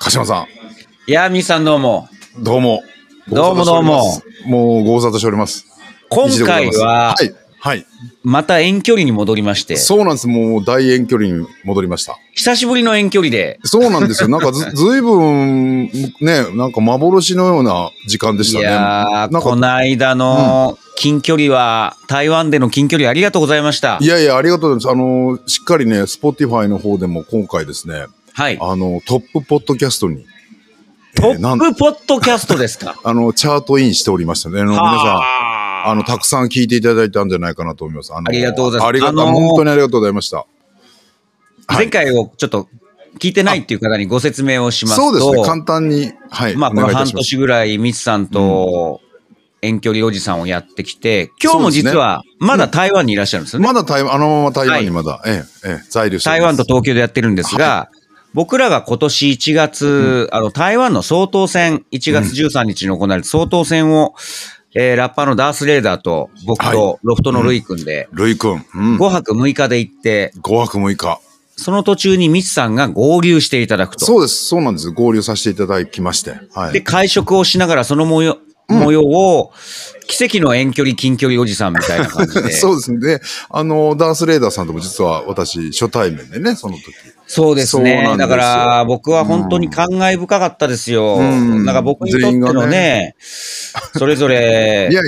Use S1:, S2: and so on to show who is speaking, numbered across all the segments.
S1: 鹿島さ
S2: いやー、みーさんどうも。
S1: ん、どうも。
S2: どうもどうも
S1: もうご無沙汰しております。
S2: 今回は
S1: 一時でございますはい。
S2: また遠距離に戻りまして
S1: はい。、そうなんです。もう大遠距離に戻りました。
S2: 久しぶりの遠距離で。
S1: そうなんですよ。なんか ず、ずいぶん、ね、なんか幻のような時間でし
S2: い
S1: たね。
S2: やー、
S1: なん
S2: こ
S1: か、
S2: の間の近距離は、台湾での近距離ありがとうございました
S1: い。やいや、ありがとうございます。あの、しっかりね、Spotify の方でも今回ですね、
S2: はい。
S1: あの、トップポッドキャストに、えー
S2: ト
S1: な
S2: ッ
S1: ん
S2: プポッドキャストですか。
S1: あの、チャートインしておりま したね。あの皆さん。
S2: は
S1: あの、たくさん聞いていただいたんじゃないかなと思います。あの
S2: ありがとうございます
S1: ありがとう
S2: あのー
S1: 本当にありがとうございました。
S2: ー前回をちょっと聞いてないっていう方にご説明をしますと、
S1: そうですね、簡単に、はい、
S2: まあ、
S1: お
S2: この
S1: 願いいた
S2: 半
S1: します。
S2: 年ぐらい、ミツさんと遠距離おじさんをやってきて、今日も実は、まだ台湾にいらっしゃるんですよね。
S1: まだ台湾、あのまま台湾にまだ、ええ、ええ、在留しており
S2: 台
S1: ま
S2: 湾
S1: す
S2: と東京でやってるんですが、僕らが今年1月、あの、台湾の総統選、1月13日に行われる総統選を、えーラッパーのダース・レーダーと、僕
S1: は
S2: とロフトのルイ君で、
S1: ルイ君、うん、
S2: 5泊6日で行って、
S1: 5泊6日。
S2: その途中にミツさんが合流していただくと。
S1: そうです、そうなんです。合流させていただきまして。は
S2: で、
S1: い。
S2: 会食をしながらその模様、模様を、奇跡の遠距離、近距離おじさんみたいな感じ で。
S1: そうですね。で、あの、ダース・レーダーさんとも実は私、初対面でね、その時。
S2: そうです
S1: そうな
S2: ね。
S1: んで
S2: だ
S1: すよ
S2: から僕は本当に感慨深かったですよ。
S1: うん
S2: なんか僕にとって
S1: 全員
S2: の
S1: が
S2: ね、それぞれ
S1: いやい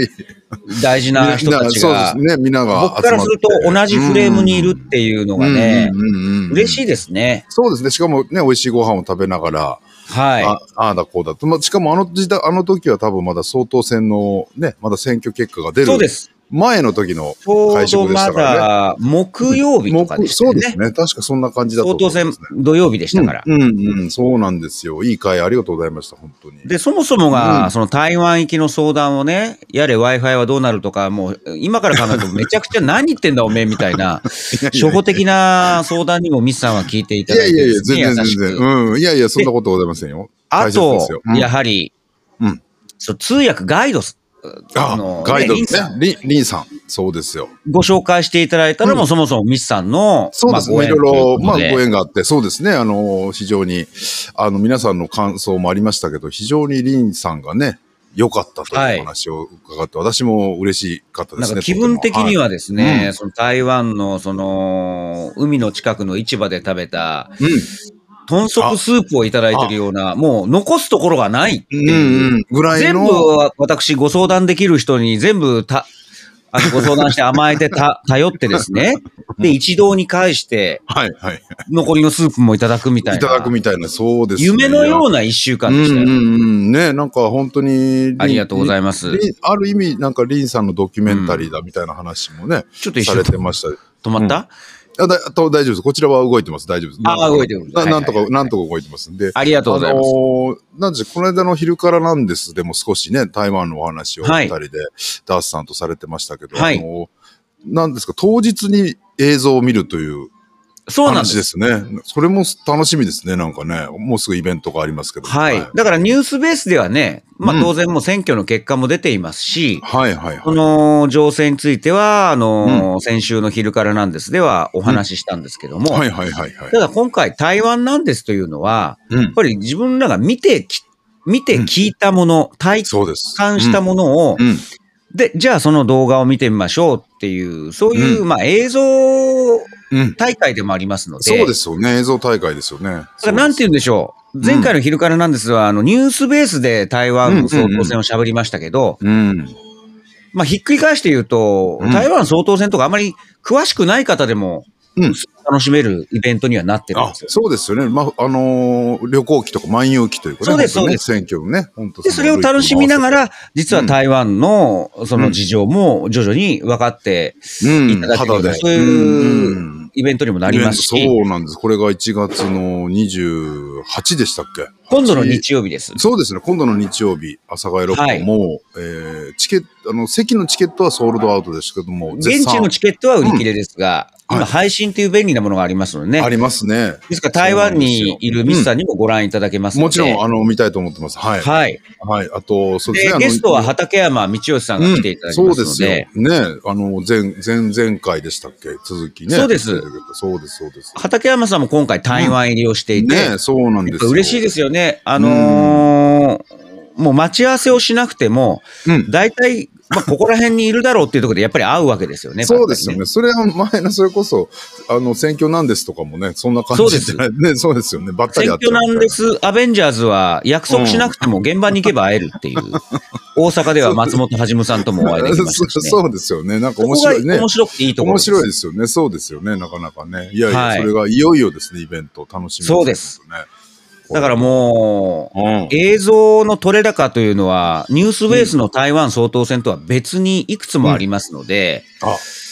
S2: 大事
S1: や、
S2: な人たちが、
S1: そうですね、皆が集まって。
S2: 僕からすると同じフレームにいるっていうのがね
S1: う、んうんうんうんうん
S2: 嬉しいですね。
S1: そうですね。しかもね、美味しいご飯を食べながら、あ
S2: は
S1: ああだこうだと。まあ、しかもあの時代、あの時は多分まだ総統選のね、まだ選挙結果が
S2: い。
S1: 出る
S2: そうです。
S1: 前の時の
S2: ちょう
S1: 会
S2: ど
S1: 食でし
S2: ま
S1: たからね。
S2: だ木曜日とかでした
S1: そ
S2: よ
S1: うです
S2: ね。
S1: ね。確かそんな感じだと
S2: 相
S1: 思い
S2: 当
S1: ますね、
S2: 戦土曜日でしたから。
S1: うん、うんうん、そうなんですよ。いい会ありがとうございました、本当に。
S2: で、そもそも
S1: う
S2: が、
S1: ん
S2: その台湾行きの相談をね、やれ Wi-Fi はどうなるとか、もう今から考えると めちゃくちゃ何言ってんだおめえみたいな、初歩的な相談にもミスさんは聞いてい
S1: い
S2: ただ
S1: や
S2: い
S1: い
S2: て
S1: やいや
S2: で、すね、
S1: 全然全
S2: 優し
S1: 然。
S2: く
S1: うん。いやいや、そんなことございませんよ。
S2: あ
S1: 大切です
S2: と
S1: よ、うん
S2: やはり、
S1: うん
S2: そう通訳ガイドス、
S1: あ、ガイドで
S2: ねリン
S1: す
S2: さ
S1: ね
S2: ん。
S1: リン、リンさん。そうですよ。
S2: ご紹介していただいたのも、
S1: うん
S2: そもそもミスさんの、
S1: そうですね、
S2: まあ
S1: いろいろ、まあ、
S2: ご
S1: ご
S2: 縁ということで
S1: 縁があって、そうですね、あの、非常に、あの、皆さんの感想もありましたけど、非常にリンさんがね、良かったと
S2: はい
S1: いうお話を伺って、私も嬉しかったで
S2: なん
S1: す
S2: か
S1: ね。
S2: 気分的に
S1: は。
S2: はですね、
S1: うん
S2: その台湾のその海の近くの市場で食べた
S1: いうん、
S2: 豚足スープをいただいてるような、もう残すところがないって
S1: うん
S2: いう。
S1: うん、ぐらい
S2: 全部
S1: の。
S2: は私ご相談できる人に全部た、あのご相談して甘えてた、 頼ってですね。で、一堂に会して
S1: はい、はい。
S2: 残りのスープもいただくみたいな。
S1: いただくみたいな、そうですね。
S2: 夢のよ
S1: う
S2: うな一週間
S1: ん
S2: でしたよ。
S1: うんうん。ね、なんか本当に、
S2: ありがとうござ
S1: い
S2: います。
S1: す。ある意味、なんかリンさんのドキュメンタリーだみたいな話もね、
S2: ちょっと一
S1: さ
S2: 瞬
S1: れてました。
S2: 止まった、
S1: あだと大丈夫です。こちらは動いてます。大丈夫です。
S2: あ動いてる
S1: ななんと
S2: はいはいは
S1: か、
S2: い
S1: なんとか動いてますんで。
S2: ありがとうございます。
S1: あのーなんでしょうこの間の昼からなんですでも少しね、台湾のお話を
S2: は
S1: 二
S2: い
S1: 人で、ダースさんとされてましたけど、
S2: はい
S1: あのーなんですか、当日に映像を見るという
S2: そうなんです
S1: 話で。すね。それも楽しみですね、なんかね。もうすぐイベントがありますけど。
S2: はい。だからニュースベースではね、ま
S1: う
S2: あ
S1: ん
S2: 当然もう選挙の結果も出ていますし、
S1: はいはい
S2: こ
S1: はい。
S2: の情勢については、あのー先週の昼からなんですではお話ししたんですけども、
S1: はいはいはいはい。
S2: ただ今回台湾なんですというのは、
S1: うん
S2: やっぱり自分らが見てき、見て聞いたもの、体
S1: そうです。
S2: 感したものを、
S1: うん。うん
S2: で、じゃあその動画を見てみましょうっていう、そういう、
S1: う
S2: まあ映像
S1: うん
S2: 大会でもありますので、
S1: そうですよね。映像大会ですよね。
S2: だからなんて言うんでしょう。
S1: ん
S2: 前回の昼からなんですが、あの、ニュースベースで台湾の総統選を喋りましたけど、
S1: うん。
S2: まあ、ひっくり返して言うと、
S1: うん
S2: 台湾総統選とかあまり詳しくない方でも、
S1: うん
S2: 楽しめるイベントにはなってるん
S1: あ
S2: ですよ。
S1: そうですよね、まああのー旅行期とか万有期というかね、
S2: そうです
S1: 本当に
S2: そう
S1: ね
S2: です
S1: 選挙のね、本当
S2: で、それを楽しみなが、ら、実は台湾のその事情も徐々に分かって
S1: うん、
S2: いただけるような、
S1: 肌で
S2: そう
S1: うんう
S2: いうんイベントにもなります
S1: イベ
S2: し、
S1: ントそうなんです、これが1月の28でしたっけ、
S2: 今度の日曜日です。
S1: そうですね、今度の日曜日、朝佐ヶ谷ロ
S2: は
S1: ッ
S2: い
S1: クも、えーチケットあの席のチケットはソールドアウトですけども、
S2: 現地のチケットは売り切れですが、
S1: は
S2: 今
S1: い
S2: 配信という便利なものがありますのでね。
S1: ありますね。
S2: ですから台湾にいるミスさんにもご覧いただけますので。
S1: もちろん、あの、見たいと思ってます。はい。
S2: はい。
S1: はい。あと、そうですね。
S2: で
S1: あの
S2: ゲストは畠山道義さんが来ていただき
S1: そ
S2: ま
S1: う
S2: す
S1: で
S2: の
S1: すよ。
S2: で
S1: ね、。あの、前、前、前回でしたっけ続きね。
S2: そうです。
S1: そうです、そうです。
S2: 畠山さんも今回台湾入りをしていて、
S1: ねそうなんで
S2: やっぱ
S1: す。
S2: 嬉しいですすよね。あのーもう待ち合わせをしなくても、
S1: うん。
S2: 大体、まあ、ここら辺にいるだろうっていうところでやっぱり会うわけですよね。
S1: そうですよ
S2: やっ
S1: ね。それは前の、それこそ、あの、選挙なんですとかもね、そんな感じじゃないね、そうですよね。ばっ
S2: ぱ
S1: た
S2: り
S1: り
S2: ね。
S1: 会
S2: 選
S1: っちゃうみ
S2: 挙
S1: たい
S2: なんです、アベンジャーズは約束しなくても現場に行けば会えるっていう。 大阪では松本はじむさんともお会いできましたし、ね。
S1: そうそうですよね。なんか
S2: そ
S1: 面
S2: こが
S1: 白いね。
S2: 面白くていいところ
S1: 面
S2: です。
S1: 白いですよね。そうですよね。なかなかね。いやいや、
S2: はい
S1: それがいよいよですね、イベント楽しみ
S2: そうです
S1: ね。
S2: だからもう、
S1: うん、
S2: 映像の撮れ高というのは、ニュースベースの台湾総統選とは別にいくつもありますので、
S1: あ、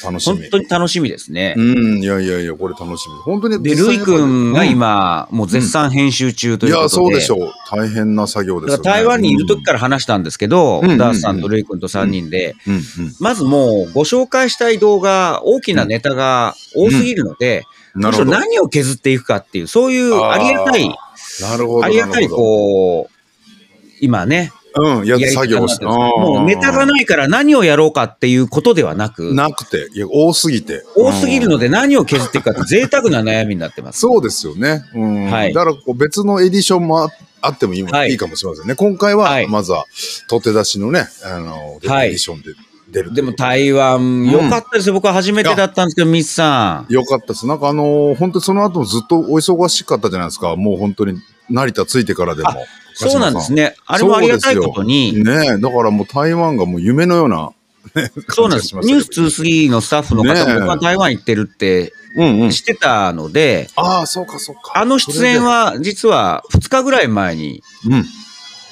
S1: 楽し
S2: 本
S1: み。
S2: 当に楽しみですね。
S1: うん、いやいやいや、これ楽しみ。本当に
S2: で、
S1: 実
S2: ル
S1: 際
S2: イ
S1: やっぱり
S2: 君が
S1: うん
S2: 今、もう絶賛編集中と
S1: い
S2: いうことで。
S1: や、そうでしょう。大変な作業です
S2: だ
S1: よ
S2: か
S1: ね。
S2: ら台湾にいる時から話したんですけど、
S1: うん
S2: ダースさんとルイ君と3人で、
S1: うん、うん、
S2: まずもうご紹介したい動画、大きなネタが多すぎるので、
S1: うん。な
S2: む
S1: る
S2: し
S1: ほ
S2: ろ
S1: ど。
S2: 何を削っていくかっていう、そういう
S1: あー
S2: ありがたい、
S1: なるほど。
S2: ありがたい、こう、今ね、
S1: う。うん、や作業をして。
S2: やり方なんですけどもうネタが
S1: な
S2: ないから何をやろうかっていうことではなく、
S1: なくて、いや、多すぎて。
S2: 多すぎる
S1: うん
S2: ので何を削っていくかって贅沢な悩みになってます。
S1: そうですよね。うん。
S2: はい
S1: だからこう別のエディションもああってもいい,、
S2: はい
S1: い、いかもしれませんね。今回
S2: は、
S1: はいまずは、取って出しのね、あの、
S2: はい
S1: エディションで出ると
S2: で
S1: いう
S2: も
S1: こと
S2: 台湾、良かったですよ。僕は初めてだったんですけど、ミスさん。
S1: よかったです。なんかあのー本当にその後もずっとお忙しかったじゃないですか。もう本当に成田着いてからでも
S2: あ。そうなんですね。あ
S1: 鹿島さん
S2: れもありがたいことに、
S1: ねえ、だからもう台湾がもう夢のような、ね、
S2: そうな
S1: 感
S2: んで
S1: じ
S2: す。
S1: が
S2: ニ
S1: し
S2: ュ
S1: ま
S2: ー
S1: し
S2: ス
S1: たけど
S2: 23のスタッフの方
S1: ね
S2: も
S1: え
S2: 僕は台湾行ってるって
S1: うんうん
S2: 知。ってたので、
S1: ああ、そうかそうか。
S2: あの出演は実は2日ぐらい前に、
S1: それで、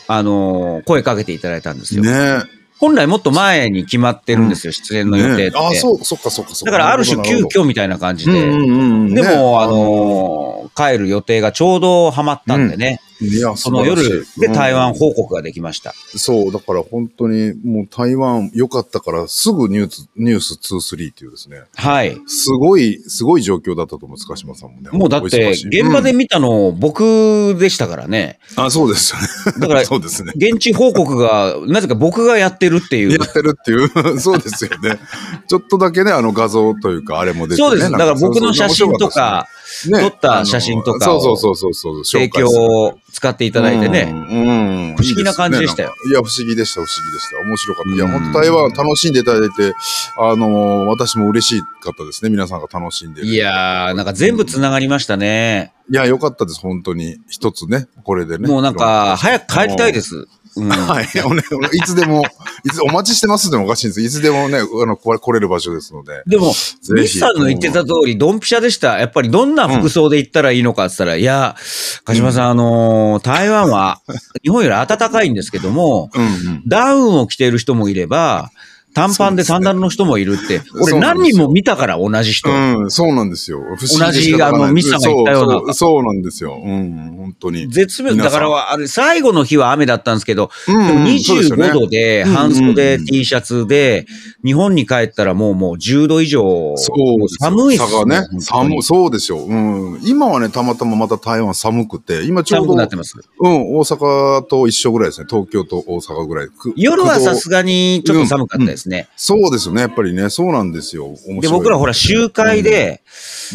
S2: あのー声かけていただいたんです
S1: うん。
S2: よ。
S1: ね
S2: 本来もっと前に決まってるんですよ、出演
S1: え。
S2: の予定っ
S1: ね
S2: て
S1: え。ああ、そうそっかそっかそっ
S2: だ
S1: か。
S2: からある種
S1: な
S2: 急
S1: ほど
S2: 遽みたいな感じ
S1: なる
S2: で。
S1: ほどうんうんうんうん。
S2: で
S1: ね
S2: も、あ、のー帰る予定がちょうどハマったんでね、
S1: いや、
S2: その夜
S1: 素晴
S2: で
S1: らしい
S2: 台湾
S1: うん
S2: 報告ができました。
S1: そう、だから本当にもう台湾良かったからすぐニュース、ニュース23っていうですね。
S2: はい。
S1: すごい、すごい状況だったと思う、塚島さんもね。
S2: もうだって、
S1: お忙しい
S2: 現場で、見たの僕でしたからね。
S1: うんあ、そうですよね。
S2: だか ら、
S1: そうですね。
S2: 現地報告が、 なぜか僕がやってるっていう
S1: や。ってるっていう、 そうですよね。ちょっとだけね、あの画像というか、あれも出て、ね、
S2: そうです。だ
S1: なん
S2: から僕の写真と、か、
S1: そうそう面白
S2: 撮
S1: か
S2: った
S1: たですね
S2: 写真とか
S1: あのそうそうそうそうそう、
S2: 提
S1: 紹介
S2: 供
S1: する
S2: を使っていただいてね。
S1: うんうん
S2: 不思議な感じでしたよ
S1: いいですねなんかいや、不思議でした、不思議でした。面白かった。いや、
S2: うん
S1: 本当台湾楽しんでいただいて、あのー私も嬉しかったですね。皆さんが楽しんでる。
S2: いやー、なんか全部つながりましたね。
S1: いや、よかったです、本当に。一つね、これでね。
S2: もうなんか、早く帰りたいです。うん
S1: はい。おねおねいつでも、いつ、お待ちしてますでもおかしいんです。いつでもね、あの、これ、来れる場所ですので。
S2: でも、
S1: ひ
S2: 西さんの言ってた通り、ドンピシャでした。やっぱりどんな服装で行ったらいいのかって言ったら、いや、鹿島さん、あのー台湾は日本より暖かいんですけども、
S1: うんうん。
S2: ダウンを着ている人もいれば、短パンでサンダルの人もいるって、
S1: すね
S2: 俺何人も見たから同じ人。
S1: うん、そうなんですよ。不思議で仕方が
S2: 同じあの
S1: ない
S2: ミスさんが言ったよ
S1: そ
S2: うな
S1: うそうそうなんですよ。うん、本当に。
S2: 絶妙。
S1: 皆
S2: だ
S1: さん
S2: からは、あれ、最後の日は雨だったんですけど、
S1: うん
S2: でも
S1: うんそうですよね
S2: 25度で、
S1: うんうん
S2: 半袖 T シャツで、日本に帰ったらもうもう10度以上、
S1: そうですよ。
S2: 寒いっ
S1: 差
S2: す
S1: が
S2: ね
S1: ね。寒い、そうですよ。うん。今はね、たまたままた台湾寒くて、今ちょうど、
S2: 寒く
S1: うん
S2: なって、ます。
S1: 大阪と一緒ぐらいですね。東京と大阪ぐらい。く
S2: 夜はさ
S1: く
S2: すがにちょっと寒かったですね。
S1: そうですよね。やっぱりね、そうなんですよ。面白い。
S2: で、僕らほら集会で、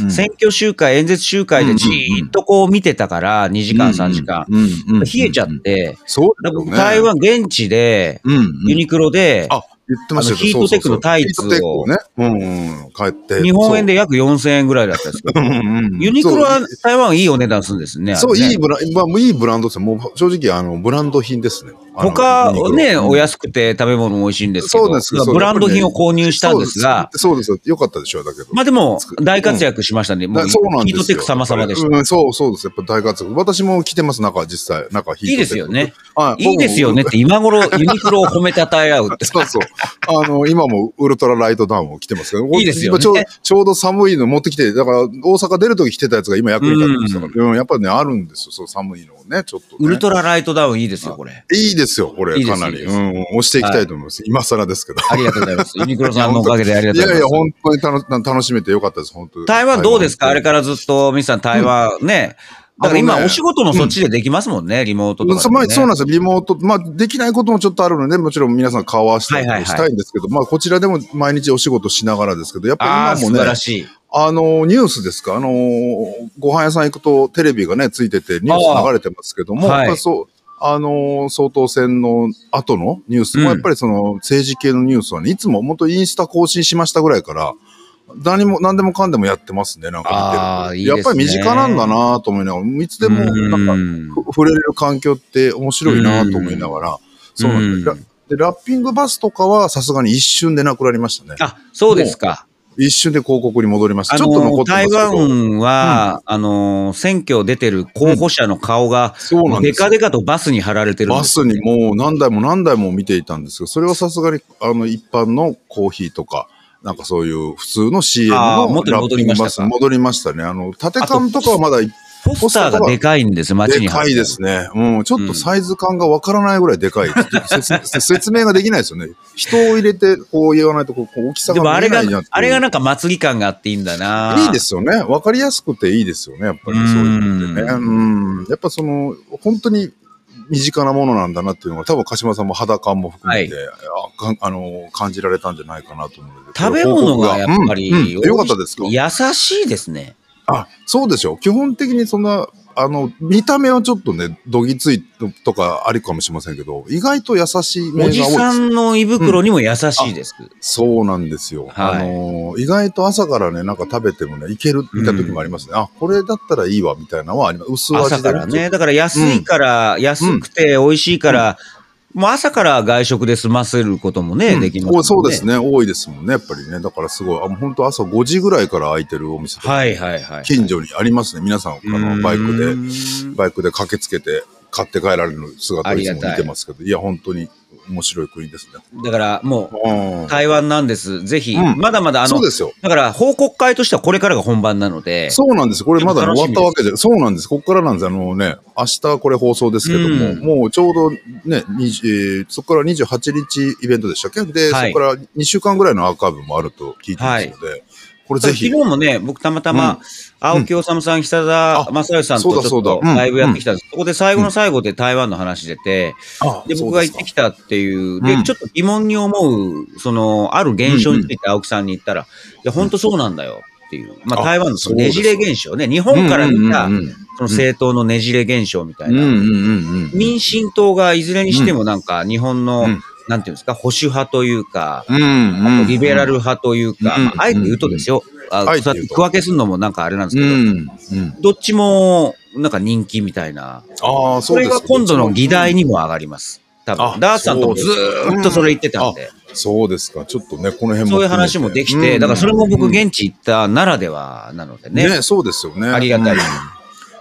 S1: うん、
S2: 選挙集会、演説集会でじーっとこう見てたから、2時間、3時間。
S1: うんうんうんうんうん
S2: 冷えちゃって、
S1: そうだ
S2: だから
S1: よ
S2: 僕
S1: ね。
S2: 台湾現地で、
S1: うん、
S2: ユニクロで、
S1: あ、言ってましたよ
S2: あのヒートテックのタイツを
S1: そうそうそうヒートテックをね。うん、うん。帰って。
S2: 日本円で約4000円ぐらいだったんですけど、
S1: そう。うんうんうん
S2: ユニクロは
S1: そう
S2: 台湾いいお値段するんですね。
S1: そう、
S2: あれね
S1: いいブランド、まあ、いいブランドですよ。もう正直、あの、ブランド品ですね。あの
S2: 他
S1: ユニクロ
S2: ね、お
S1: うん
S2: 安くて食べ物も美味しいんですけど、
S1: そうです
S2: だから
S1: そう
S2: ブランド品を購入したんですが、
S1: そうです。そうですよかったでしょう、だけど。
S2: まあでも大活躍しましたね。もう
S1: だそうなんです
S2: ヒー
S1: よ。
S2: トテック様々でした。
S1: うん、そうそうです。やっぱ大活躍。私も着てます、中、実際。中、ヒートテック。
S2: いいですよね。
S1: はい
S2: いですよねっ。て今頃ユニクロを褒めたたえ合う って。
S1: そうそう。あの、今もウルトラライトダウンを着てますけど、
S2: いいですよ
S1: 今
S2: ね
S1: ちょうどちょうど寒いの持ってきて、だから大阪出るとき着てたやつが今役に立ってましたから、うんやっぱりね、あるんですよ、そう寒いのをね、ちょっとね、
S2: ウルトラライトダウンいいですよ、これ。
S1: いいですよ、これ、
S2: いいです
S1: かない
S2: い
S1: り。
S2: で
S1: う
S2: す
S1: ん、うん押していきたいと思います。今更ですけど。
S2: ありがとうございます。ユニクロさんのおかげでありが
S1: い
S2: とうござ
S1: や
S2: い
S1: い
S2: ま
S1: や、
S2: す。
S1: 本当に楽楽しめてよかったです、本当
S2: 台湾どうですかあれ
S1: か
S2: からずっと、ミスさん、台湾ね。だから
S1: あの
S2: 今、
S1: ね
S2: お仕事のそっちでできますもんね、リモートとかで
S1: そう
S2: も
S1: ま
S2: ね、
S1: あそうなんですよ。リモート、まあ、できないこともちょっとあるので、もちろん皆さん顔合わせたり
S2: はいはいはい
S1: したいんですけど、まあ、こちらでも毎日お仕事しながらですけど、やっぱ
S2: ああ、
S1: り今
S2: 素
S1: もね
S2: 晴、らしい。
S1: あの、ニュースですかあの、ご飯屋さん行くとテレビがね、ついててニュース流れてますけども、
S2: ああは
S1: やっ
S2: い
S1: ぱりそう、あの、総統選の後のニュース
S2: うん
S1: も、やっぱりその政治系のニュースはね、いつも本当インスタ更新しましたぐらいから、何も、何でもかんでもやってますね、なん
S2: あ
S1: か
S2: あ
S1: 見
S2: いい
S1: てる
S2: です
S1: と。
S2: ね
S1: やっぱり身近なんだなと思いながら、いつでも、なんか、
S2: うん
S1: ふ触れる環境って面白いなと思いながら、そうなんです
S2: う
S1: ラ
S2: ん
S1: でラッピングバスとかはさすがに一瞬でなくなりましたね。
S2: あ、そうですか。
S1: 一瞬で広告に戻りました。
S2: あ
S1: ちょっと残
S2: の、
S1: ってます
S2: 台
S1: けど。
S2: 湾は、あの、選挙出てる候補者の顔が、
S1: そうなん
S2: デ
S1: ですよ
S2: カデカとバスに貼られてるん
S1: バ
S2: です
S1: スにもう何台も何台も見ていたんですけど、それはさすがにあの一般のコーヒーとか、なんかそういう普通の CM
S2: あー
S1: の
S2: 元に
S1: ラッ
S2: 戻
S1: ピ
S2: り
S1: ン
S2: ま
S1: グ
S2: した
S1: バスに
S2: か
S1: 戻りましたね。あの、縦缶とかはまだ
S2: ポスターがでかいんです、街
S1: で
S2: に貼っ
S1: か
S2: て
S1: いですね。うん、ちょっ
S2: うん
S1: とサイズ感がわからないぐらいでかい。説説明ができないですよね。人を入れてこう言わないとこうこう大きさ
S2: で
S1: が
S2: も
S1: 見
S2: あ
S1: え
S2: れ
S1: な
S2: が
S1: いなっていう、
S2: あれがなんか祭り感があっていいんだな。
S1: いいですよね。わかりやすくていいですよね。やっぱりそういうのってね。うん。やっぱその、本当に身近なものなんだなっていうのが、多分鹿島さんも肌感も含めて、あかあの、感じられたんじゃないかなと思うので。
S2: 食べ物がやっぱり、
S1: うんうんよかったですか
S2: 優しいですね。
S1: あ、そうでしょ。基本的にそんな、あの、見た目はちょっとね、どぎついとかありかもしれませんけど、意外と優しい目が多い
S2: お
S1: で
S2: じ
S1: す。
S2: さんの胃袋にも優しいです。
S1: そうなんですよ。
S2: はい
S1: あのー意外と朝からね、なんか食べてもね、いけるみたいな時もありますね。あ、これだったらいいわ、みたいなのはあります。薄味で、
S2: 朝からね。だから安いから、安くて美味しいから、もう朝から外食で済ませることもね、
S1: うん
S2: できますもんね。
S1: おそうですね。多いですもんね、やっぱりね。だからすごい、あもう本当朝5時ぐらいから開いてるお店とか
S2: はいはいはい。
S1: 近所にありますね。皆さん、あの、バイクで、
S2: で。
S1: バイクで駆けつけて、買って帰られる姿をいつも
S2: ありがたい
S1: 見てますけど、いや、本当に面白い国ですね。
S2: だからも
S1: うん
S2: う、台湾なんです。ぜひ、
S1: うん
S2: まだまだあ
S1: そ
S2: の
S1: う、ですよ。
S2: だから報告会としてはこれからが本番なので、
S1: そうなんです。これまだね
S2: でも
S1: 終わ
S2: 楽し
S1: ったわ
S2: みです
S1: けじゃ、そうなんです。ここからなんです。あのね、明日これ放送ですけども、
S2: うん
S1: もうちょうどね、20えーそこから28日イベントでしたっけで、
S2: はい
S1: そこから2週間ぐらいのアーカイブもあると聞いてますので、これぜ
S2: 昨日
S1: ひ。
S2: もね、僕たまたま、青木治さん、久田正義さんと
S1: あ
S2: ちょ
S1: そ
S2: っ
S1: うだそ
S2: と
S1: うだうん
S2: ライブやってきたんです。そこで最後の最後で台湾の話出て、
S1: あ
S2: で、僕
S1: そう
S2: が
S1: です
S2: 行っ
S1: か
S2: てきたっていう、
S1: う
S2: で、
S1: ん
S2: ちょっと疑問に思う、その、ある現象について青木さんに言ったら、いや、本当そうなんだよっていう。まあ、
S1: あ
S2: 台湾のそ
S1: そ
S2: の
S1: う
S2: ね
S1: です
S2: じれ現象ね、日本から見た
S1: うんう、んうん
S2: その政党のねじれ現象みたい
S1: うんうん
S2: な。
S1: うんうん。
S2: 民進党がいずれにしてもなんか、日本の
S1: うん、
S2: なんていうんですか、保守派というか、
S1: うんうん
S2: リベラル派というか、
S1: うん
S2: まあ、あえて言うとですよ、あ
S1: あえて
S2: そう
S1: 言
S2: やっ
S1: う
S2: て
S1: と
S2: 区分けするのもなんかあれなんです
S1: う
S2: けど、
S1: ん。うん。
S2: どっちもなんか人気みたいな、
S1: ああ、そ
S2: そう
S1: で
S2: れ
S1: すか
S2: が今度の議題にも上がります。多
S1: あ
S2: 分ダースさんともずーっとそれ言ってたんで、
S1: そうですか。ちょっとね、この辺も含めて。
S2: そういう話もできて、だからそれも僕現地行ったならではなので
S1: ね
S2: ね。
S1: ね、そうですよね。
S2: ありがたいです
S1: うん。も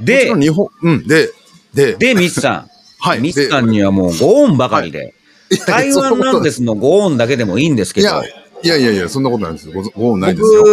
S1: ち
S2: で
S1: ろん、日本、うん、で、で、
S2: で、ミスさん。
S1: はい。
S2: ミ
S1: で
S2: スさんにはもうご恩ばかりで、台湾なんですのご恩だけでもいいんですけ
S1: い
S2: ど、
S1: や、いやいやいや、そんなことないですよ。ご存ご存ないですよ。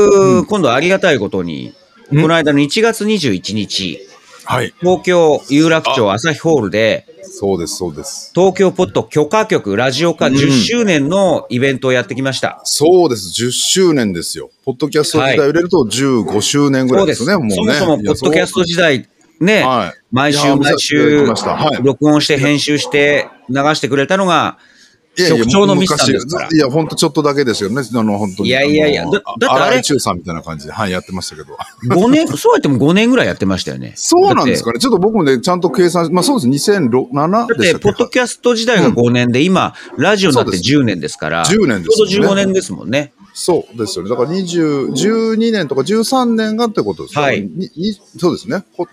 S2: 僕、今度ありがたいことに、
S1: うん
S2: この間の1月21日、
S1: はい。
S2: 東京有楽町朝日ホールで、
S1: そうです、そうです。
S2: 東京ポット許可局ラジオ化
S1: うん
S2: 10周年のイベントをやってきました。
S1: そうです、10周年ですよ。ポッドキャスト時代を入れると15周年ぐら
S2: そう
S1: いで
S2: ですす。
S1: よね、
S2: そ
S1: もう
S2: も
S1: ね。
S2: そもポッドキャスト時代、ね、
S1: 代はい。
S2: 毎
S1: いや
S2: 週
S1: ー見
S2: 毎週
S1: させていただきましたはい
S2: 録音して編集して流してくれたのが、
S1: いやいや
S2: 局長のミスさんですから
S1: 昔いや、ほんとちょっとだけですよね。あの、本当に。
S2: いやいやいや
S1: の
S2: だだってあれ
S1: 荒井中さんみたいな感じで、はい、やってましたけど。
S2: 5年、そうやっても5年ぐらいやってましたよね。
S1: そうなんですか
S2: だ
S1: ね。ちょっと僕もね、ちゃんと計算し、まあそうです、2007
S2: って
S1: でし
S2: だ
S1: た
S2: っ、
S1: って
S2: ポ
S1: け
S2: ッドキャスト時代が5年で、今、ラジオになって10年ですから、
S1: そうです10年です
S2: ちょ
S1: もんね
S2: うど15年ですもんね。
S1: そうですよね。だから20、12年とか13年がってことですよね
S2: はい
S1: ににそうですね。こ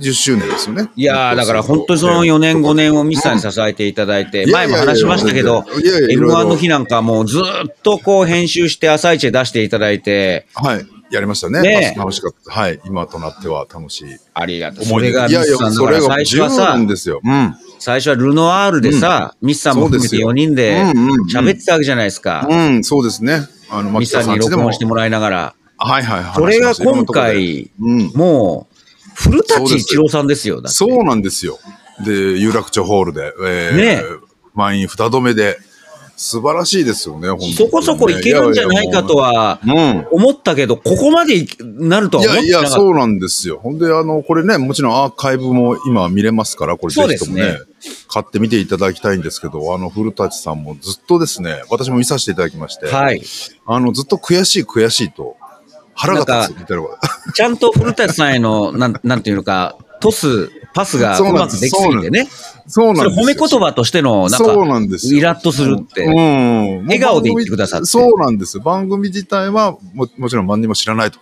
S1: 10周年ですよね。
S2: いやー、だから本当にその4年、5年をミスさんに支えていただいて、
S1: うん
S2: 前も話しましたけど、
S1: いやいやいやいやいやいやい
S2: M1
S1: ろいろ
S2: の日なんかもうずーっとこう編集して朝一で出していただいて、
S1: はい。やりましたね。
S2: ねえ
S1: 楽しかった。はい。今となっては楽しい
S2: ありがとう。そ
S1: 思い
S2: れ
S1: 出。
S2: がミスさんだ
S1: そ
S2: か
S1: れ
S2: ら
S1: が
S2: 最初は
S1: 10
S2: さ
S1: 年、ですよ。うん。
S2: 最初はルノアールでさ、ミスさんも含めて4人で
S1: そうですようんうんうん
S2: 喋ってたわけじゃないですか。
S1: うん、そうですね。あの、
S2: ミスさんに録音してもらいながら。
S1: はいはいはい。
S2: それが今回、
S1: うん。
S2: もう、古舘一郎さんですよ。だって
S1: そうなんですよ。で、有楽町ホールで、えー
S2: ね
S1: 満員二度目で、素晴らしいですよね、本当にね
S2: そこそこいけるんじゃないかと。は
S1: ややもううん。
S2: 思ったけど、ここまでいなるとはい思っ
S1: やい
S2: てなか
S1: や、
S2: った。
S1: そうなんですよ。ほんで、あの、これね、もちろんアーカイブも今見れますから、これ
S2: そう
S1: ぜ
S2: で
S1: ひ
S2: す
S1: と
S2: ね
S1: もね、買ってみていただきたいんですけど、あの、古舘さんもずっとですね、私も見させていただきまして、
S2: はい。
S1: あの、ずっと悔しい悔しいと、腹が立つみたいなこと
S2: ちゃんと古舘さんへの、なん、なんていうのか、トス、パスがうまくできすぎてね。
S1: そうな
S2: そ
S1: ん
S2: れ
S1: ですよ
S2: 褒め言葉としての、なん
S1: そう
S2: か、
S1: なんですよ
S2: イラッとするって。
S1: うん。もう
S2: 笑顔で言
S1: 番
S2: っ
S1: 組
S2: てくださって
S1: そうなんですよ。番組自体はも、もちろん何にも知らないと。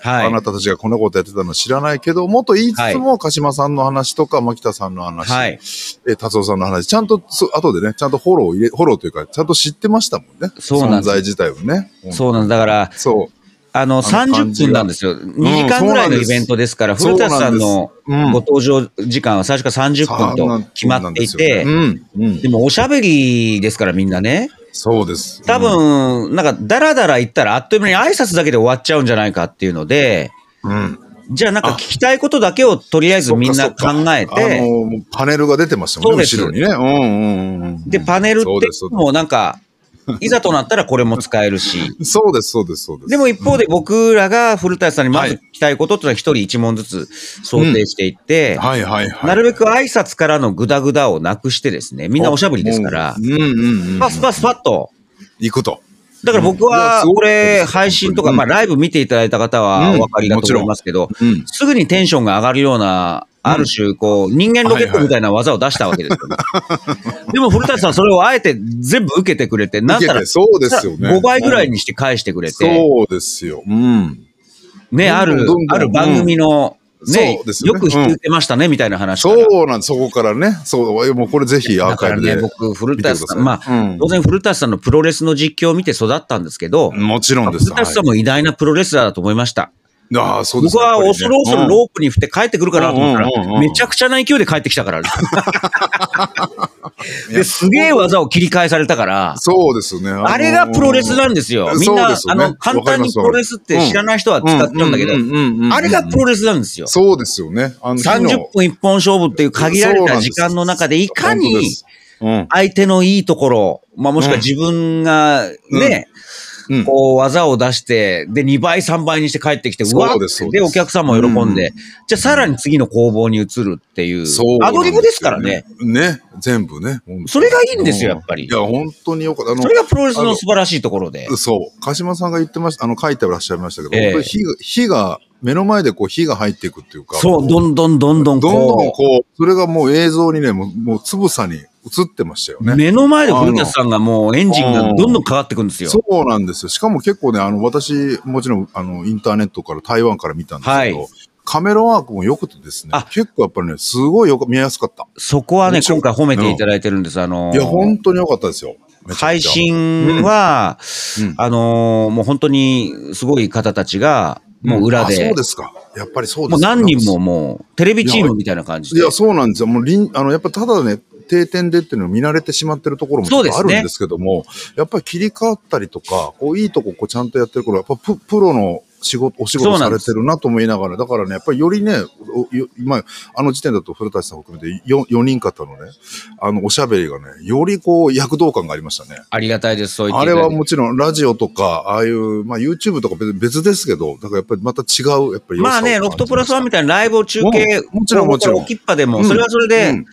S2: は。
S1: あないたたちがこんなことやってたの知らないけども、と言いつつも、鹿島さんの話とか、牧田さんの話、
S2: はい。
S1: えー達夫さんの話、ちゃんと、そう後でね、ちゃんとフォローを入れ、フォローというか、ちゃんと知ってましたもんね。
S2: そうなんで
S1: 存
S2: す
S1: 在自体をね。
S2: そうなんです。だから、
S1: そ
S2: あの、30分なんですよ。2時間ぐらいのイベントですから、
S1: そ
S2: 古
S1: うな
S2: 田
S1: んです
S2: さんの
S1: う。うん
S2: ご登場時間は最初から30分と決まっていて
S1: う、ん。うん
S2: で。もおしゃべりですからみんなね。
S1: そうです。
S2: 多分、なんか、だらだら言ったらあっという間に挨拶だけで終わっちゃうんじゃないかっていうので、
S1: うん、うん。
S2: じゃあなんか聞きたいことだけをとりあえずみんな考え
S1: あの
S2: て、
S1: もうパネルが出てましたもんね、
S2: そ
S1: 後
S2: う
S1: ろ
S2: で
S1: にね。うんうんうんうん。
S2: で、パネルって
S1: そうですそうです
S2: もうなんか、いざとなったらこれも使えるし、
S1: そうです、そうです、そうです。
S2: でも一方で僕らが古田さんにま
S1: は
S2: ず聞
S1: い
S2: きたいことっていうのは一人一問ずつ想定していって、
S1: はいはいはい。
S2: なるべく挨拶からのグダグダをなくしてですね、みんなおしゃべりですから
S1: う、んうんうんうん。
S2: パスパスパッと。
S1: 行くと。
S2: だから僕
S1: うんいや
S2: は
S1: す、ご
S2: こ
S1: かったです
S2: れ、配信とか、
S1: うん
S2: まあ、ライブ見ていただいた方は
S1: う
S2: お
S1: ん
S2: 分かりだと思いますけど、
S1: うん。
S2: すぐにテンションが上がるような、ある種、こう、人間ロケットみたいな技を出したわけですよね。でも、古田さん、それをあえて全部受けてくれて、なんな
S1: 受け
S2: ら
S1: て、そうですよね。
S2: 5倍ぐらいにして返してくれて、
S1: そうですよ。うん。
S2: ね、ある
S1: どんどんどん、どん
S2: ある番組の、
S1: うん
S2: ね
S1: そう、ですよ
S2: よ
S1: ね
S2: く引き受けましたね、みたいな話から。
S1: そうなんそこからね。そう、もうこれぜひア
S2: だ
S1: ーカ
S2: か
S1: イ
S2: ら
S1: ブ
S2: ね、
S1: で。
S2: 僕、古
S1: 見てくだ
S2: 田
S1: さ
S2: さ
S1: い
S2: ん、ま
S1: う
S2: あ、
S1: ん
S2: 当然古田さんのプロレスの実況を見て育ったんですけど、
S1: もちろんで
S2: 古
S1: す。
S2: 田さんも偉大なプロレスラーだと思いました。
S1: い、ああ、そうです
S2: 僕
S1: か。
S2: は
S1: やっぱりね
S2: 恐る恐るロープに振って帰ってくるかなと思った
S1: うんうんうんう
S2: ら、
S1: ん
S2: めちゃくちゃな勢いで帰ってき たから。
S1: いや
S2: ですげえ技を切り返されたから
S1: うん、そうですね。
S2: あれがプロレスなんですよ。みん
S1: そう
S2: な、
S1: です
S2: あ
S1: よね
S2: の、簡単にプロレスって知らない人は
S1: あ
S2: 使っちゃうんだけど、あれがプロレスなんですよ。
S1: そうですよね。あの
S2: 30分一本勝負っていう限られた時間の中で、いかに、
S1: うん
S2: 相手のいいところ、まあ、もしくは
S1: うん
S2: 自分がね、
S1: うん
S2: こう技を出して、で、2倍、3倍にして帰ってきて、
S1: そう
S2: わー
S1: です
S2: っ
S1: そう
S2: て
S1: で
S2: ですお客さんも喜んで、じゃあさらに次の攻防に移るっていう、
S1: そうな
S2: ア
S1: んよね
S2: ドリブですからね。。
S1: ね、全部ね。本当に
S2: それがいいんですよやっぱり
S1: いや、本当によかった。あの
S2: それがプロレスの素晴らしいところで。
S1: そう。鹿島さんが言ってました、あの、書いてらっしゃいましたけど、
S2: ええ
S1: 本当に火が、火が、目の前でこう火が入っていくっていうか、
S2: そう、どんどんどん
S1: ど
S2: どん
S1: んどん
S2: こ
S1: こう、それがもう映像にね、もう、もうつぶさに映ってましたよ
S2: う、
S1: ね。
S2: 目の前で古田さんがもうエンジンがどんどんかかってくんですよ。
S1: そうなんですよ。しかも結構ね、あの、私、もちろん、あの、インターネットから台湾から見たんですけど、
S2: はい
S1: カメラワークも良くてですね
S2: あ、
S1: 結構やっぱりね、すごいよく見えやすかった。
S2: そこはね、
S1: めちゃ
S2: 今回褒めていただいてるんです。あのー
S1: いや、本当に良かったですよ。めちゃくちゃ
S2: 配信は、
S1: うん
S2: あのーもう本当にすごい方たちが、もう裏
S1: あ
S2: で、
S1: そうですか。やっぱりそうです
S2: もう
S1: か
S2: 何人ももう、テレビチームみたいな感じ
S1: い
S2: で。
S1: や、そうなんですよ。もうりん、あの、やっぱただね、定点でっていうのを見慣れてしまってるところもちょっと
S2: そ
S1: あ
S2: う
S1: る
S2: ですね
S1: んですけども、やっぱり切り替わったりとか、こう、いいとこ、こう、ちゃんとやってる頃、やっぱププロの仕事、お仕
S2: そ
S1: 事
S2: うな
S1: さ
S2: んで
S1: れ
S2: す
S1: てるなと思いながら、だからね、やっぱりよりね、およ今、あの時点だと古舘さんを含めて4、4人方のね、あの、おしゃべりがね、よりこう、躍動感がありましたね。
S2: ありがたいです、そう言っ
S1: あ
S2: てい
S1: れ
S2: ただい
S1: は
S2: て。
S1: もちろん、ラジオとか、ああいう、まあ、YouTube とか別別ですけど、だからやっぱりまた違う、やっぱり良さを
S2: まあね、ロフトプラスワンみたいなライブを中継、
S1: もうもちろんもちろん
S2: 大きっぱで
S1: う
S2: も、
S1: ん
S2: それはそれで、
S1: うん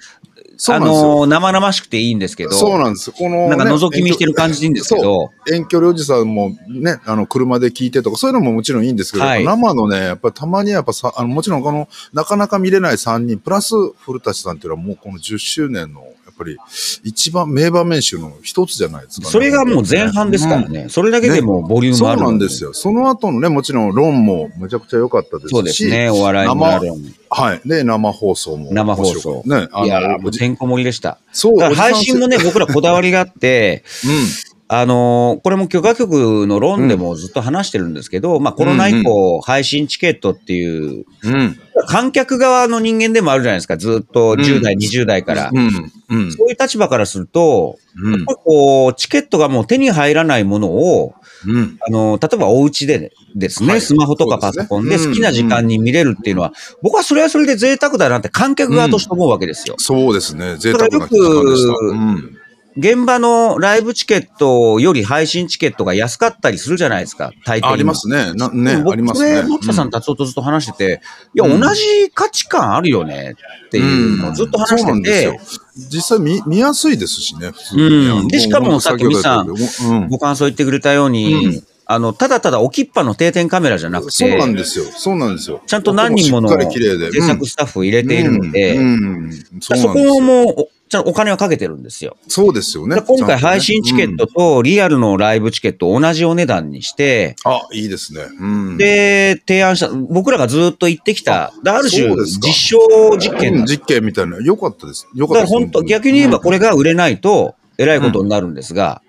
S1: そう
S2: あ
S1: なんですよ
S2: のー生々しくていいんですけど、
S1: そうなんです。この、
S2: なんか
S1: ね
S2: 覗き見してる感じでいいんですけ。
S1: そう
S2: ど、
S1: 遠距離おじさんもね、あの、車で聞いてとか、そういうのももちろんいいんですけど、
S2: はい
S1: 生のね、やっぱたまにはやっぱさ、あの、もちろんこの、なかなか見れない3人、プラス古舘さんっていうのはもうこの10周年の、やっぱり、一番名場面集の一つじゃないですかね、
S2: それがもう前半ですからね、それだけでもボリ
S1: うん。
S2: ューム
S1: そ
S2: あ
S1: う
S2: る
S1: なんですよ。その後のね、もちろん論もめちゃくちゃ良かったですし。
S2: そうですね、お笑いのある
S1: はい。で、生放送も。
S2: 生放送。
S1: ね、あの
S2: いやーもうてんこ盛りでした。
S1: そう、
S2: だから配信も
S1: ね、
S2: ね、僕らこだわりがあって、
S1: う
S2: あのーこれも許可局の論でもずっと話してるんですけど、まあコロナ以降、配信チケットっていう、
S1: ん。うん。
S2: 観客側の人間でもあるじゃないですか、ずっと10代、
S1: うん
S2: 20代から。
S1: うん。うん。
S2: そういう立場からすると、
S1: うん。
S2: こう、チケットがもう手に入らないものを、
S1: うん。
S2: あの、例えばお家でですね、
S1: はい
S2: スマホとかパソコン
S1: そうで
S2: で好
S1: すね
S2: きな時間に見れるっていうのは、僕はそれはそれで贅沢だなって観客側として思うわけですよ。
S1: そうですね。贅
S2: だから
S1: 沢
S2: よ
S1: な
S2: く
S1: 期間でした。うん。
S2: 現場のライブチケットより配信チケットが安かったりするじゃないですか、大抵。
S1: ありますね。なね、
S2: でも僕
S1: ありますね。
S2: それ、牧田さん達夫とずっと話してて、いや、
S1: うん
S2: 同じ価値観あるよねっていうのをずっと話してて、
S1: うんそうなんですよ実際見見やすいですしね、普通
S2: うんでしかもさっきミさん
S1: うん
S2: ご感想言ってくれたように、
S1: うん
S2: あの、ただただ置きっぱの定点カメラじゃなく
S1: そう
S2: て、
S1: なんですよ。そうなんですよ。
S2: ちゃんと何人もの
S1: しっかり綺麗で。
S2: 制作スタッフを入れているので、
S1: うんうんそ
S2: そ
S1: なん
S2: う
S1: です
S2: こ
S1: よ。
S2: もおちゃんとお金はかけてるんですよ。
S1: そうですよね。
S2: だから今回
S1: ちゃんとね
S2: 配信チケットとリアルのライブチケットを同じお値段にして、
S1: うんあ、いいですね。うん、
S2: で、提案した、僕らがずっと行ってきた、だからある種
S1: そうですか
S2: 実証実験
S1: う
S2: なん
S1: ん
S2: です。
S1: 実験みたいな。よかったです。よ
S2: だ
S1: かっ
S2: か
S1: た
S2: ら
S1: です。
S2: 本当、逆に言えばこれが売れないと、えらいことになるんですが、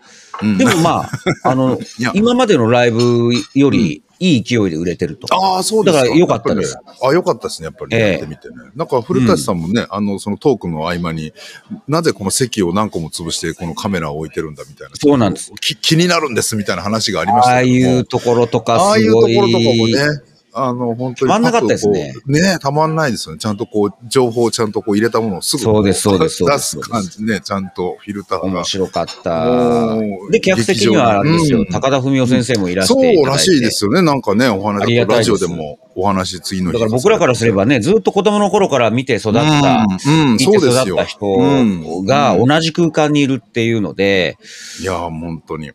S1: うん、うん
S2: でも まあ、あの
S1: いや、
S2: 今までのライブよりいい勢いで売れてると。
S1: ああ、そうです
S2: だから良かったです
S1: やぱりねあ良かったですね、やっぱり、
S2: ええ
S1: やってみてね。なんか、古舘さんもね、あの、そのトークの合間に、なぜこの席を何個も潰して、このカメラを置いてるんだみたいな。
S2: そうなんです。
S1: き気になるんですみたいな話がありまし
S2: あ
S1: た
S2: あ
S1: け
S2: い
S1: ども
S2: うところと
S1: あ
S2: か
S1: あい
S2: す
S1: うとこ
S2: ご
S1: ろとかも
S2: い
S1: ね、あの、本当に。
S2: たまんなかったですね
S1: パッとこうねたまんないですよね。ちゃんとこう、情報をちゃんとこう入れたものをすぐこ
S2: そうですそうですそう
S1: 出
S2: です
S1: す感じね、ちゃんとフィルターが
S2: 面。白かっ
S1: も
S2: た。
S1: う
S2: で、客席にはあれですよ、
S1: うん
S2: 高田文雄先生もいらしていただいて。
S1: そうらしいですよね。なんかね、お話
S2: ありがた
S1: ラ
S2: いです
S1: ジオでもお話、次の日
S2: だから僕らからすればね、ずっと子供の頃から見て育った、
S1: うん、うん、
S2: 見
S1: そう
S2: て
S1: で
S2: 育っ
S1: すよ。
S2: た人が
S1: うん
S2: 同じ空間にいるっていうので、
S1: いやー、本当に。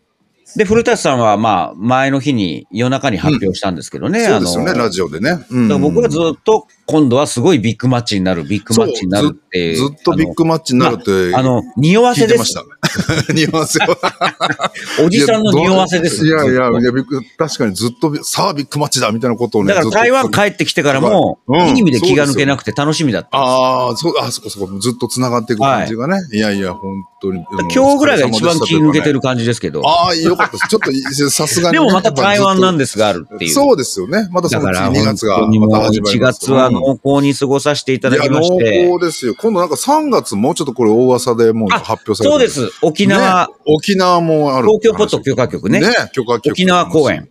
S2: で、古舘さんはまあ、前の日に夜中に発表したんですけどね、
S1: そう
S2: あ
S1: で
S2: の、
S1: すよね、ラジオでね。
S2: だから僕はず
S1: っ
S2: っと今度はすごいビッグマッチになる、ビッグマッチになるっていう。
S1: ずっとビッグマッチになるって
S2: あの、あの匂わ
S1: 聞
S2: せ
S1: いて
S2: で
S1: ますし。た。 ニュアンスよ。
S2: おじさんの匂わせです。
S1: いやいや、
S2: ずっ
S1: い
S2: と
S1: やビッグ確かにずっと、さあビッグマッチだみたいなことをね。
S2: だから台湾帰
S1: ずっと
S2: ってきてからも、
S1: うん
S2: いい意味で気が抜けなくて楽しみだった。
S1: ああ、そう、あそこそこ、ずっと繋がっていく感じがね。い、やいや、本当に。
S2: 今日ぐらいが一番気抜けて
S1: る。
S2: る感じですけど。
S1: ああ、よかったです。ちょっとい、さすがに
S2: で
S1: ね、
S2: もまた台湾なん
S1: で
S2: ですがあるっていう。
S1: そうですよね。またそ
S2: だ
S1: の
S2: か
S1: 次
S2: ら、
S1: 2
S2: 本
S1: 月が
S2: 当にもう
S1: また始まり
S2: 1
S1: ます
S2: 月
S1: よ。
S2: は濃厚に過ごさせていただきまし
S1: いや濃
S2: て、
S1: 厚ですよ。今度なんか3月もうちょっとこれ大噂でもう
S2: あ
S1: 発表され
S2: そう
S1: て
S2: で
S1: る。
S2: す。沖縄、
S1: ね沖縄もある。
S2: 東京ポット許可局ね
S1: ね、許可局。
S2: 沖縄公演。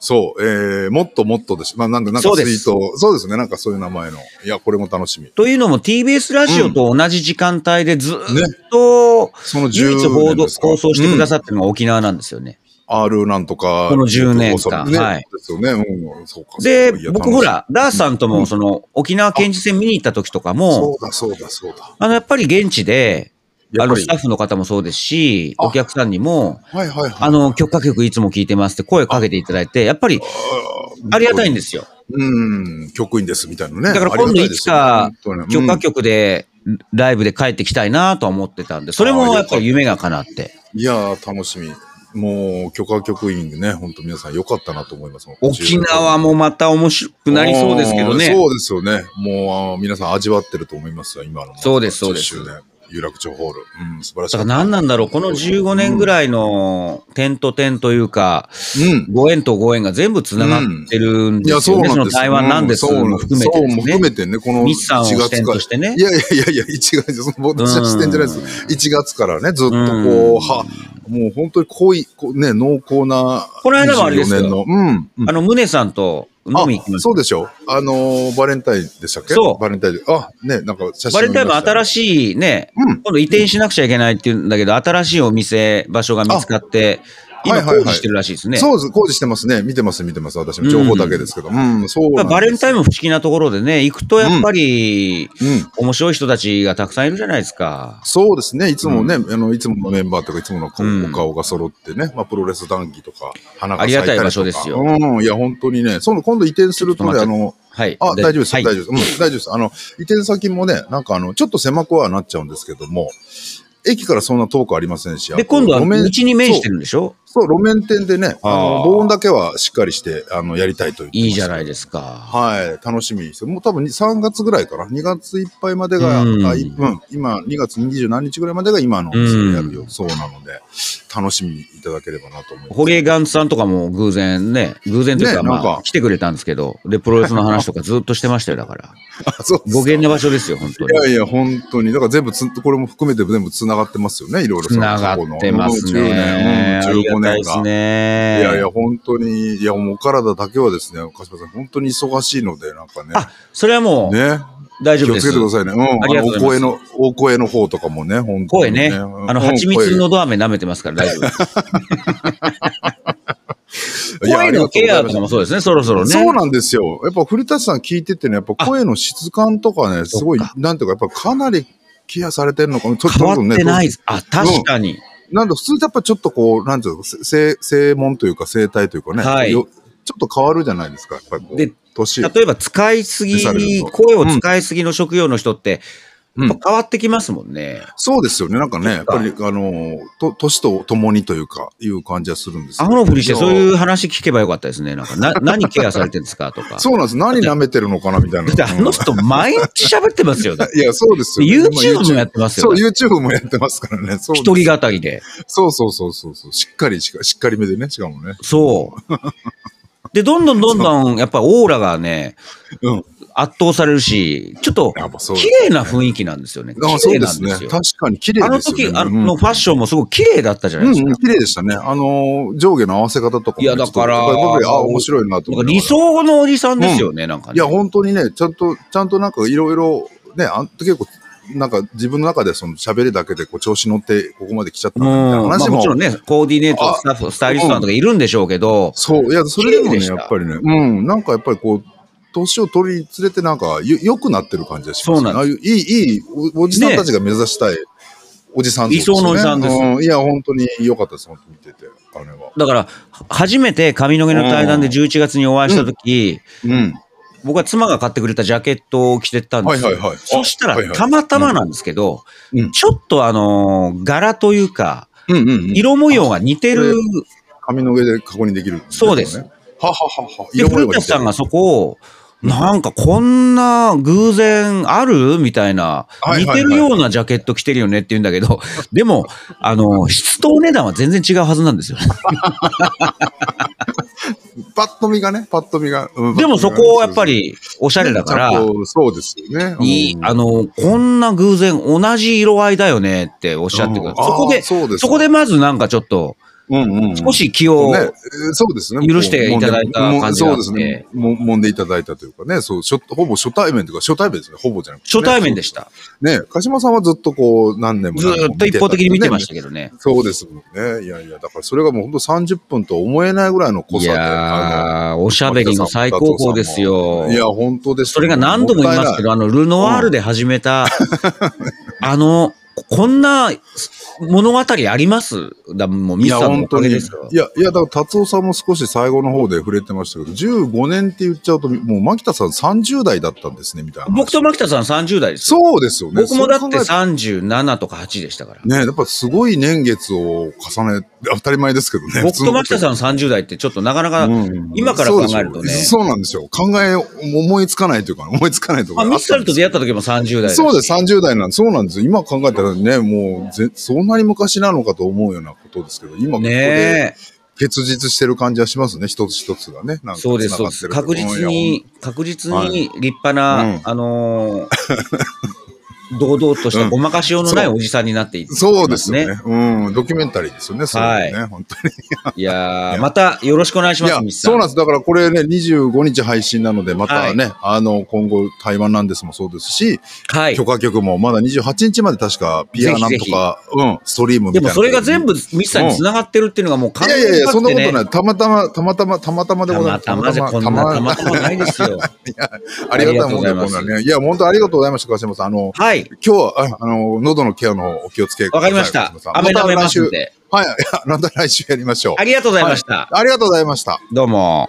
S1: そう、えー、もっともっとです。まあ、なんで、なんか
S2: そう
S1: ツイ
S2: です
S1: ート、そうですね、なんかそういう名前の。いや、これも楽しみ。
S2: というのも TBS ラジオと同じ時間帯でずっと、
S1: その
S2: 唯一
S1: 10
S2: 報
S1: 年
S2: 道
S1: ですか
S2: 放送してくださ
S1: い。
S2: ってるのが沖縄なんですよね。
S1: R なんとか。
S2: この10年間
S1: ね、
S2: はい
S1: ですよね。うん、そうか。
S2: で
S1: そうかいや、
S2: 僕ほ。
S1: 楽し
S2: ら、ダースさんともその沖縄県知事選見に行った時とか
S1: み
S2: も
S1: そ、うだ、そうだ、そうだ。
S2: あの、やっぱり現地で、あ
S1: やっ
S2: の、
S1: ぱり
S2: スタッフの方もそうですし、
S1: あ
S2: お客さんにも、
S1: はいはいはい。
S2: あの、許可局いつも聞いてますって声かけていただいて、やっぱりありがたいん
S1: で
S2: ですよ。
S1: うん、局員です、みたいなね。
S2: だから今度いつか許可
S1: 局
S2: 局で、ライブで帰ってきたいなとは思ってたんで、それもやっぱり夢が叶って。
S1: いやー、楽しみ。もう、許可局員でね、本当皆さん良かったなと思います。
S2: 沖縄もまた面白くなりそうですけどね
S1: あー。そうですよね。もう、あー皆さん味わってると思いますよ、今の。
S2: そうですそうです
S1: 10周年有楽町ホール。うん、素晴らしい。
S2: だから何なんだろう、この15年ぐらいの点と点というか、
S1: うん。
S2: ご縁とご縁が全部繋がってるん
S1: いや、
S2: です
S1: そうな
S2: よ
S1: ん
S2: ね。
S1: です
S2: その台湾なんです
S1: そう
S2: も含めて
S1: そう
S2: で
S1: も
S2: す
S1: 含
S2: ね。
S1: めてね、この1
S2: 日産を支
S1: 月
S2: 店
S1: から
S2: と。してね
S1: い。やいやいやいや、1月、その、私は視点じゃないです。1月からね、ずっとこう
S2: うん、
S1: は、もう本当に濃い、こうね、濃厚な。
S2: この間もあれですよ
S1: 24年のうん。
S2: あの、ムネさんと飲み行きま
S1: あ
S2: し
S1: そうでしょあのーバレンタインでしたっけ
S2: そう
S1: バレンタインで。あ、ね、なんか写真
S2: た。バレンタインも
S1: 見ま
S2: 新
S1: し
S2: しいね、
S1: たね
S2: 今度移転しなくちゃいけないっていうんだけど、新しいお店、場所が見つかって、
S1: あは
S2: 今
S1: いはいはい
S2: 工事してるらしいです
S1: うん。
S2: ね。
S1: そうです。工事してますね。見てます、見てます。私も情報だけですけど。うん、そうなん
S2: だからバレン
S1: です
S2: タインも不思議なところでね、行くとやっぱり、
S1: うん。
S2: 面白い人たちがたくさんいるじゃないですか。
S1: そうですね。いつもね、あの、いつものメンバーとか、いつものこう
S2: うん
S1: お顔が揃ってね、まあ、プロレス談義とか、花が
S2: あり
S1: 咲い
S2: が
S1: たり
S2: た
S1: と
S2: い
S1: か。
S2: 場所ですよ
S1: うん、いや、本当にね、その、今度移転するとね、
S2: ちょっ
S1: あ
S2: と待
S1: の、
S2: はい。
S1: あ、大丈夫です、
S2: はい
S1: 大丈夫です。うん、大丈夫です。あの、移転先もね、なんかあの、ちょっと狭くはなっちゃうんですけども、駅からそんな遠くありませんし、あ
S2: で、
S1: と
S2: 今度は
S1: 路面
S2: 道に面してるんでしょ
S1: そう、路面店でね、あ
S2: あー
S1: の、防音だけはしっかりして、あの、やりたいという。
S2: いいじゃない
S1: す
S2: ですか。
S1: はい、楽しみですよ。もう多分に3月ぐらいから、2月いっぱいまでが、あ
S2: うん
S1: いうん、今、2月20何日ぐらいまでが今の
S2: うん
S1: それやるよ、そうなので、楽しみにいただければなと思います。
S2: ホリエガンツさんとかも偶然ね、偶然というか、
S1: ね
S2: ま
S1: なん
S2: あ
S1: か、
S2: 来てくれたんですけど、で、プロレスの話とかずっとしてましたよ、だから。
S1: あ そうです
S2: 語源な場所ですよ、本当
S1: い
S2: に。
S1: やいや、本当に。だから全部つ、これも含めて全部繋がってますよね、いろいろ。
S2: つながってますね。
S1: そ
S2: あ
S1: の
S2: り
S1: 10年、うん、15
S2: がた
S1: 年
S2: いです
S1: が。
S2: ね。
S1: いやいや、本当に、いや、もうお体だけはですね、岡島さん、本当に忙しいので、なんかね。
S2: あ、それはもう、
S1: ね。
S2: 大丈
S1: 気
S2: 夫
S1: を
S2: で
S1: つ
S2: す
S1: けてく。ださいね。うん。
S2: ありが
S1: あの、
S2: とう
S1: お
S2: ござ
S1: 声
S2: います
S1: の、お声の方とかもね、本当
S2: 声
S1: に、
S2: ね。あ
S1: うん
S2: の、
S1: うん
S2: 蜂蜜のど飴舐めてますから大丈夫です。
S1: いや
S2: 声のケアとかもそうですね、そろそろね。
S1: そうなんですよ。やっぱ古舘さん聞いててね、やっぱ声の質感とかね、すごい
S2: そっか、
S1: なんていうか、やっぱかなりケアされてるのかも。ちょっと。
S2: 変わってないい。あ、確かに。
S1: なんだ、普通ってやっぱちょっとこう、なんていうの、せせ正門というか生態というかね、
S2: はい
S1: よちょっと変わるじゃないですか、やっぱりこう
S2: で
S1: 年。
S2: 例えば使いすぎ
S1: される、と
S2: 声を使いすぎの職業の人って、
S1: うん
S2: やっぱ変わってきますもんね。
S1: そうですよね。なんかね、
S2: そ
S1: や
S2: っ
S1: っ
S2: か
S1: ぱり、あの、と、年とともにというか、いう感じはするんです
S2: ア
S1: よ
S2: ホのふりしてそう
S1: い
S2: い
S1: や
S2: う話聞けばよかったですね。なん か、な、何ケアされてるんですかとか。
S1: そうなんです。何舐めてるのかな、みたいな。
S2: だってあの人毎日喋ってますよ。だって
S1: いや、そうですよ、ね。
S2: YouTube もやってますよ。
S1: そう、YouTube もやってますからね。そうです
S2: 一人語りで。
S1: そうそうそうそうそう。しっかりしか、しっかりめでね、しかもね。
S2: そう。で、どんどんどんどん、やっぱオーラがね、
S1: うん。
S2: 圧倒されるし、ちょっと、
S1: やっぱそうです
S2: 綺
S1: ね。
S2: 麗な雰囲気なんですよね。
S1: あ
S2: 綺
S1: そ
S2: 麗
S1: うで
S2: なん
S1: す
S2: で
S1: ね。
S2: す
S1: 確
S2: よ。
S1: かに綺麗
S2: あの
S1: ですよ、ね。
S2: 時、あ
S1: うん
S2: のファッションもすごく綺麗だったじゃな
S1: う
S2: い
S1: ん
S2: ですか
S1: うん、。綺麗でしたね。あのー、上下の合わせ方とかもね、
S2: いやだから
S1: ちょっとやっぱりあ、面白いなと
S2: なん
S1: 思
S2: か
S1: って。
S2: 理想のおじさんですよね、なんかね。
S1: いや、本当にね、ちゃんと、ちゃんとなんかいろいろ、ね、あん結構、なんか自分の中でその喋りだけでこう調子乗ってここまで来ちゃった
S2: うん
S1: なみたいな
S2: まあ、
S1: 話も。
S2: もちろんね、コーディネート、
S1: あ
S2: スタッフ、スタイリストさんとかいるんでしょうけど、
S1: そう、いや、それでも
S2: 綺麗で
S1: ね、
S2: し
S1: や
S2: た
S1: っぱりね、うん、なんかやっぱりこう、年を取りにつれてなんかよ、良くなってる感じがします
S2: そう
S1: ね。
S2: な
S1: ああいういい、いいお、おじさんたちが目指したい、おじさんってこと
S2: 理想のおじさんです
S1: ねういや、本当に良かったです、本当に見てて、あれは。
S2: だから、初めて髪の毛の対談で
S1: うん
S2: 11月にお会いしたとき、
S1: うん。
S2: 僕は妻が買ってくれたジャケットを着てったんで
S1: は
S2: す
S1: い
S2: よ。
S1: はいはい。
S2: そした
S1: はいは
S2: ら、
S1: い
S2: たまたまなんですけど、
S1: うん
S2: ちょっとあのー柄というか、
S1: うんうんうん。
S2: 色模様が似てる。
S1: 髪の毛で確認できる、
S2: そうです
S1: ね。はははは。
S2: で、古田さんがそこを、なんかこんな偶然あるみたいな、
S1: はい
S2: 似
S1: はいは
S2: て
S1: い
S2: るようなジャケット着てるよねって言うんだ けど、でも、あの、質とお値段は全然違うはずなんですよね。
S1: パッと見がね、パッと見が。うん
S2: でもそこをやっぱ、りおし
S1: パ
S2: ゃ
S1: ッと
S2: れ
S1: 見が
S2: だ
S1: ね
S2: から
S1: ちゃ、んとそうですよね。うん
S2: いい、あの、こんな偶然同じ色合いだよねっておっしゃってく
S1: う
S2: る。
S1: ん
S2: そこ
S1: あ
S2: で、
S1: ーそうです
S2: そこでまずなんかちょっと、
S1: うんうんうん
S2: 少し気を、
S1: ね、えーそうですね。
S2: 許していただいた感じが
S1: もうもうそ
S2: あって
S1: うですね。も揉んでいただいたというかね、そう、初ほぼ初対面というか、初対面ですね、ほぼじゃなくて、。
S2: 初対面でしたた。
S1: ね、鹿島さんはずっとこう、何年も
S2: ず
S1: 何年も。
S2: ーっと一方的に見てましたたけどね。
S1: そうですもんね。いやいや、だからそれがもう本当30分とは思えないぐらいの濃
S2: い
S1: さで。あ
S2: やー、おしゃ
S1: の
S2: べりの最高峰ですよ
S1: い。や、本当ですよ。
S2: それが何度も言いますけど、あの、ルノワールで始めた、あの、こんな物語ありますだもう、
S1: もっ
S2: ミ
S1: た
S2: ス
S1: い
S2: さ
S1: ない。いや、
S2: んのお
S1: 本
S2: か
S1: 当
S2: げ
S1: に。い
S2: ですよ。
S1: や、いや、だから達夫さんも少し最後の方で触れてましたけど、15年って言っちゃうと、もう牧田さん30代だったんですね、みたいな話。
S2: 僕と牧田さん30代ですよ。
S1: そうですよね。
S2: 僕もだって
S1: そう考えたら
S2: 37とか8でしたから。
S1: ねやっぱすごい年月を重ね、当たり前ですけどね。
S2: 僕と牧田さん30代ってちょっとなかなか、今から考えるとね
S1: そうなんですよ。考え、思いつかないというか、思いつかないという
S2: ま
S1: か。
S2: あ、ミスさんと出会った時も30代だし
S1: そうです、30代なんそうなんですよ。今考えたらね、もうぜ、そんなに昔なのかと思うようなことですけど、今ここで
S2: ね
S1: 結実してる感じはしますね、一つ一つがね。なん
S2: え。
S1: か
S2: そうです、そうです。
S1: 繋がって
S2: 確
S1: ると
S2: 実に、確実に立派
S1: は、
S2: ないあのー、 堂々としたごまかしようのないおじさんになっていってますね。
S1: そうですよね。うん、ドキュメンタリーですよね、そういうのね、本当に。
S2: いやーまたよろしくお願いしま
S1: い
S2: す、
S1: や
S2: ミスさん。
S1: そうなんです。だからこれね、25日配信なので、またね、あの、今後、台湾なんですもそうですし、
S2: はい。
S1: 許可曲もまだ28日まで確か、ピアなんとか、うん、ストリームみたい
S2: で
S1: な。
S2: もそれが全部ミスさんに繋がってるっていうのがもう
S1: い
S2: 完
S1: や
S2: 全
S1: い
S2: に
S1: やいや、
S2: 分
S1: そん
S2: か
S1: なこと
S2: ってね
S1: ない。たまたま、たまたま、たまたまで
S2: た
S1: ございま
S2: ま
S1: す。
S2: たまじゃこんなたまたまないですよ。
S1: ありがたいもんで
S2: ありがとうございます
S1: こんなね。いや、本当ありがとうございました、川島さん。あの、
S2: はい。
S1: 今日は、ああの、喉のケアの方お気をつけくださ
S2: わか
S1: い。
S2: りました
S1: 川島さ。ん
S2: 雨
S1: ま
S2: 舐
S1: た
S2: めま
S1: 来
S2: すん
S1: 週。
S2: で。
S1: はい、また来週やりましょう
S2: あ。りがとうございました。
S1: ありがとうございました。
S2: どうも。